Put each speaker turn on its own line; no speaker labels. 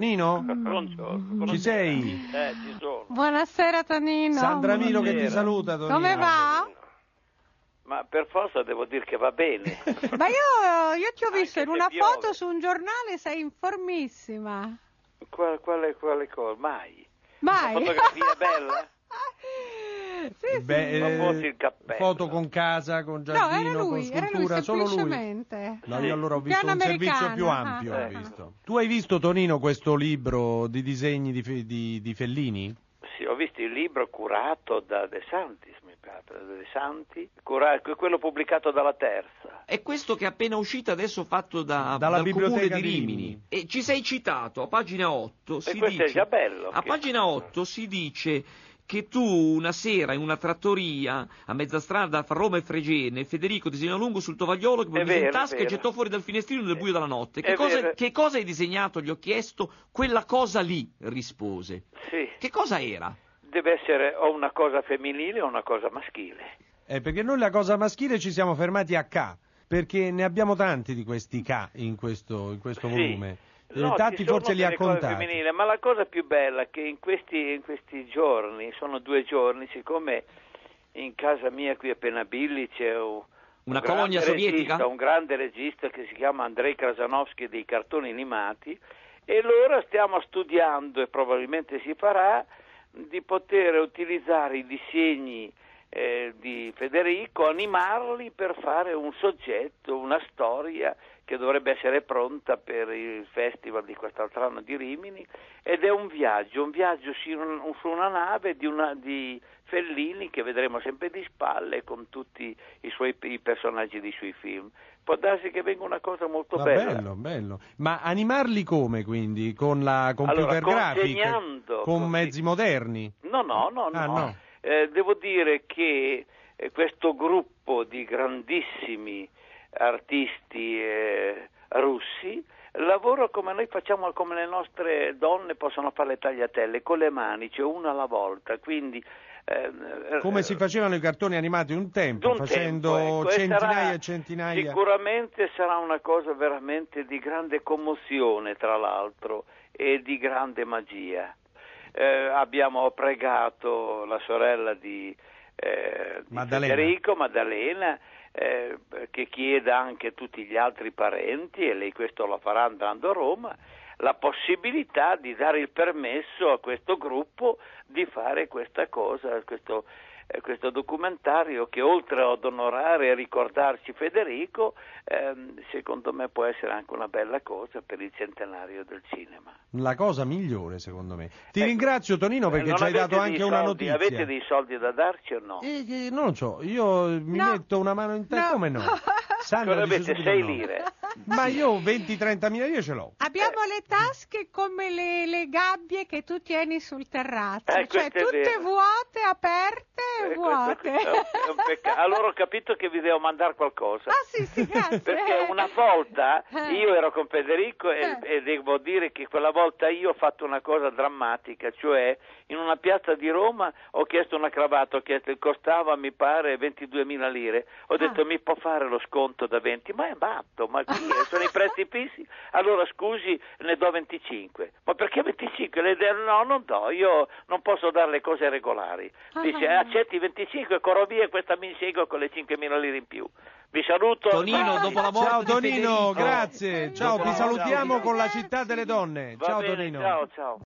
Tonino?
Pronto?
Ci sei?
Eh, ci sono.
Buonasera Tonino.
Sandra Milo che ti
Buonasera.
saluta, Tonino.
Come va?
Ma per forza devo dire che va bene.
Ma io, io ti ho
Anche
visto in
se
una
piove.
foto su un giornale, sei informissima.
Qual- quale, quale cosa? Mai.
Mai.
Una fotografia bella?
sì, sì.
Beh, eh,
Ma porti il cappello.
foto con casa, con
no, era
giardino,
lui,
con
era lui
scultura, solo lui.
semplicemente.
No, io allora ho
Piano
visto un
americano,
servizio più
ah,
ampio.
ah,
ho
ah.
visto. Tu hai visto, Tonino, questo libro di disegni di, Fe- di- di Fellini?
Sì, ho visto il libro curato da De Santis, mi pare, da De Santi, cura- quello pubblicato dalla Terza.
È questo che è appena uscito adesso fatto da,
Dalla
dal comune
biblioteca
di
di
Rimini.
Rimini.
E ci sei citato a pagina 8 si
questo è
dice
già bello,
A
che-
pagina 8 si dice che tu una sera in una trattoria a mezza strada fra Roma e Fregene, Federico disegnò a lungo sul tovagliolo che poi
È
mise in
vero, è
tasca e
vero.
gettò fuori dal finestrino nel buio della notte. Che
È
cosa,
vero.
che cosa hai disegnato? Gli ho chiesto. Quella cosa lì, rispose.
Sì,
Che cosa era?
deve essere o una cosa femminile o una cosa maschile.
Eh, perché noi la cosa maschile ci siamo fermati a K, perché ne abbiamo tanti di questi K in questo, in questo
Sì.
volume. Eh,
No,
tanti
ci sono
forse li ha
delle cose
contati.
femminili, ma la cosa più bella è che in questi, in questi giorni, sono due giorni, siccome in casa mia qui a Penabilli c'è un,
Una
un grande
colonia sovietica?
regista, un grande regista che si chiama Andrei Krasanovsky dei cartoni animati e allora stiamo studiando e probabilmente si farà di poter utilizzare i disegni eh, di Federico, animarli per fare un soggetto, una storia che dovrebbe essere pronta per il festival di quest'altro anno di Rimini ed è un viaggio, un viaggio su un- su una nave di, una- di Fellini che vedremo sempre di spalle con tutti i suoi i personaggi dei suoi film. Può darsi che venga una cosa molto
Ma
bella.
bello, bello. Ma animarli come quindi? Con la computer
Allora,
grafica?
consegnando,
Con
così. Eh,
mezzi moderni?
No, no, no, no.
Ah, no.
Eh, devo dire che eh, questo gruppo di grandissimi artisti eh, russi lavora come noi facciamo, come le nostre donne possono fare le tagliatelle, con le mani, cioè una alla volta, quindi... ehm,
Come si facevano i cartoni animati un tempo,
d'un
facendo
tempo, ecco, e
centinaia
sarà-
e centinaia.
Sicuramente sarà una cosa veramente di grande commozione, tra l'altro, e di grande magia. Eh, abbiamo pregato la sorella di, eh, di
Maddalena.
Federico, Maddalena, eh, che chieda anche a tutti gli altri parenti, e lei questo lo farà andando a Roma, la possibilità di dare il permesso a questo gruppo di fare questa cosa, questo, eh, questo documentario che oltre ad onorare e ricordarci Federico, ehm, secondo me può essere anche una bella cosa per il centenario del cinema.
La cosa migliore, secondo me. Ti
Ecco.
ringrazio, Tonino, perché
Eh,
ci hai
non avete
dato
dei
anche una
soldi-
notizia.
Avete dei soldi da darci o no?
Eh, eh, non lo so, io mi
No.
metto una mano in testa,
No.
come no? Sandra
Cosa
dice
avete?
subito
6
no.
lire?
Ma io 20-30 mila io ce l'ho.
Abbiamo le tasche come le, le gabbie che tu tieni sul terrazzo,
Eh,
cioè
questo è
tutte
vero.
vuote, aperte e
Eh, questo qui
vuote.
è un- è un peccato. Allora ho capito che vi devo mandare qualcosa.
Ah sì, sì, grazie.
Perché una volta
Eh.
io ero con Federico e,
Eh.
e devo dire che quella volta io ho fatto una cosa drammatica, cioè in una piazza di Roma ho chiesto una cravatta, ho chiesto, costava mi pare 22.000 lire, ho
Ah.
detto mi può fare lo sconto da 20, ma è matto, ma chi è? sono i prezzi fissi, allora scusi ne do 25, ma perché 25? Le de- no non do, io non posso dare le cose regolari, dice
Ah.
accetti 25, corro via e questa mi insegue con le 5.000 lire in più. Vi saluto.
Tonino,
Grazie.
dopo la morte
Ciao
di
Tonino,
Federico.
grazie. Ciao,
Ciao,
ti
ciao,
salutiamo
ciao.
con la città delle donne.
Va
ciao
bene,
Tonino.
Ciao, ciao.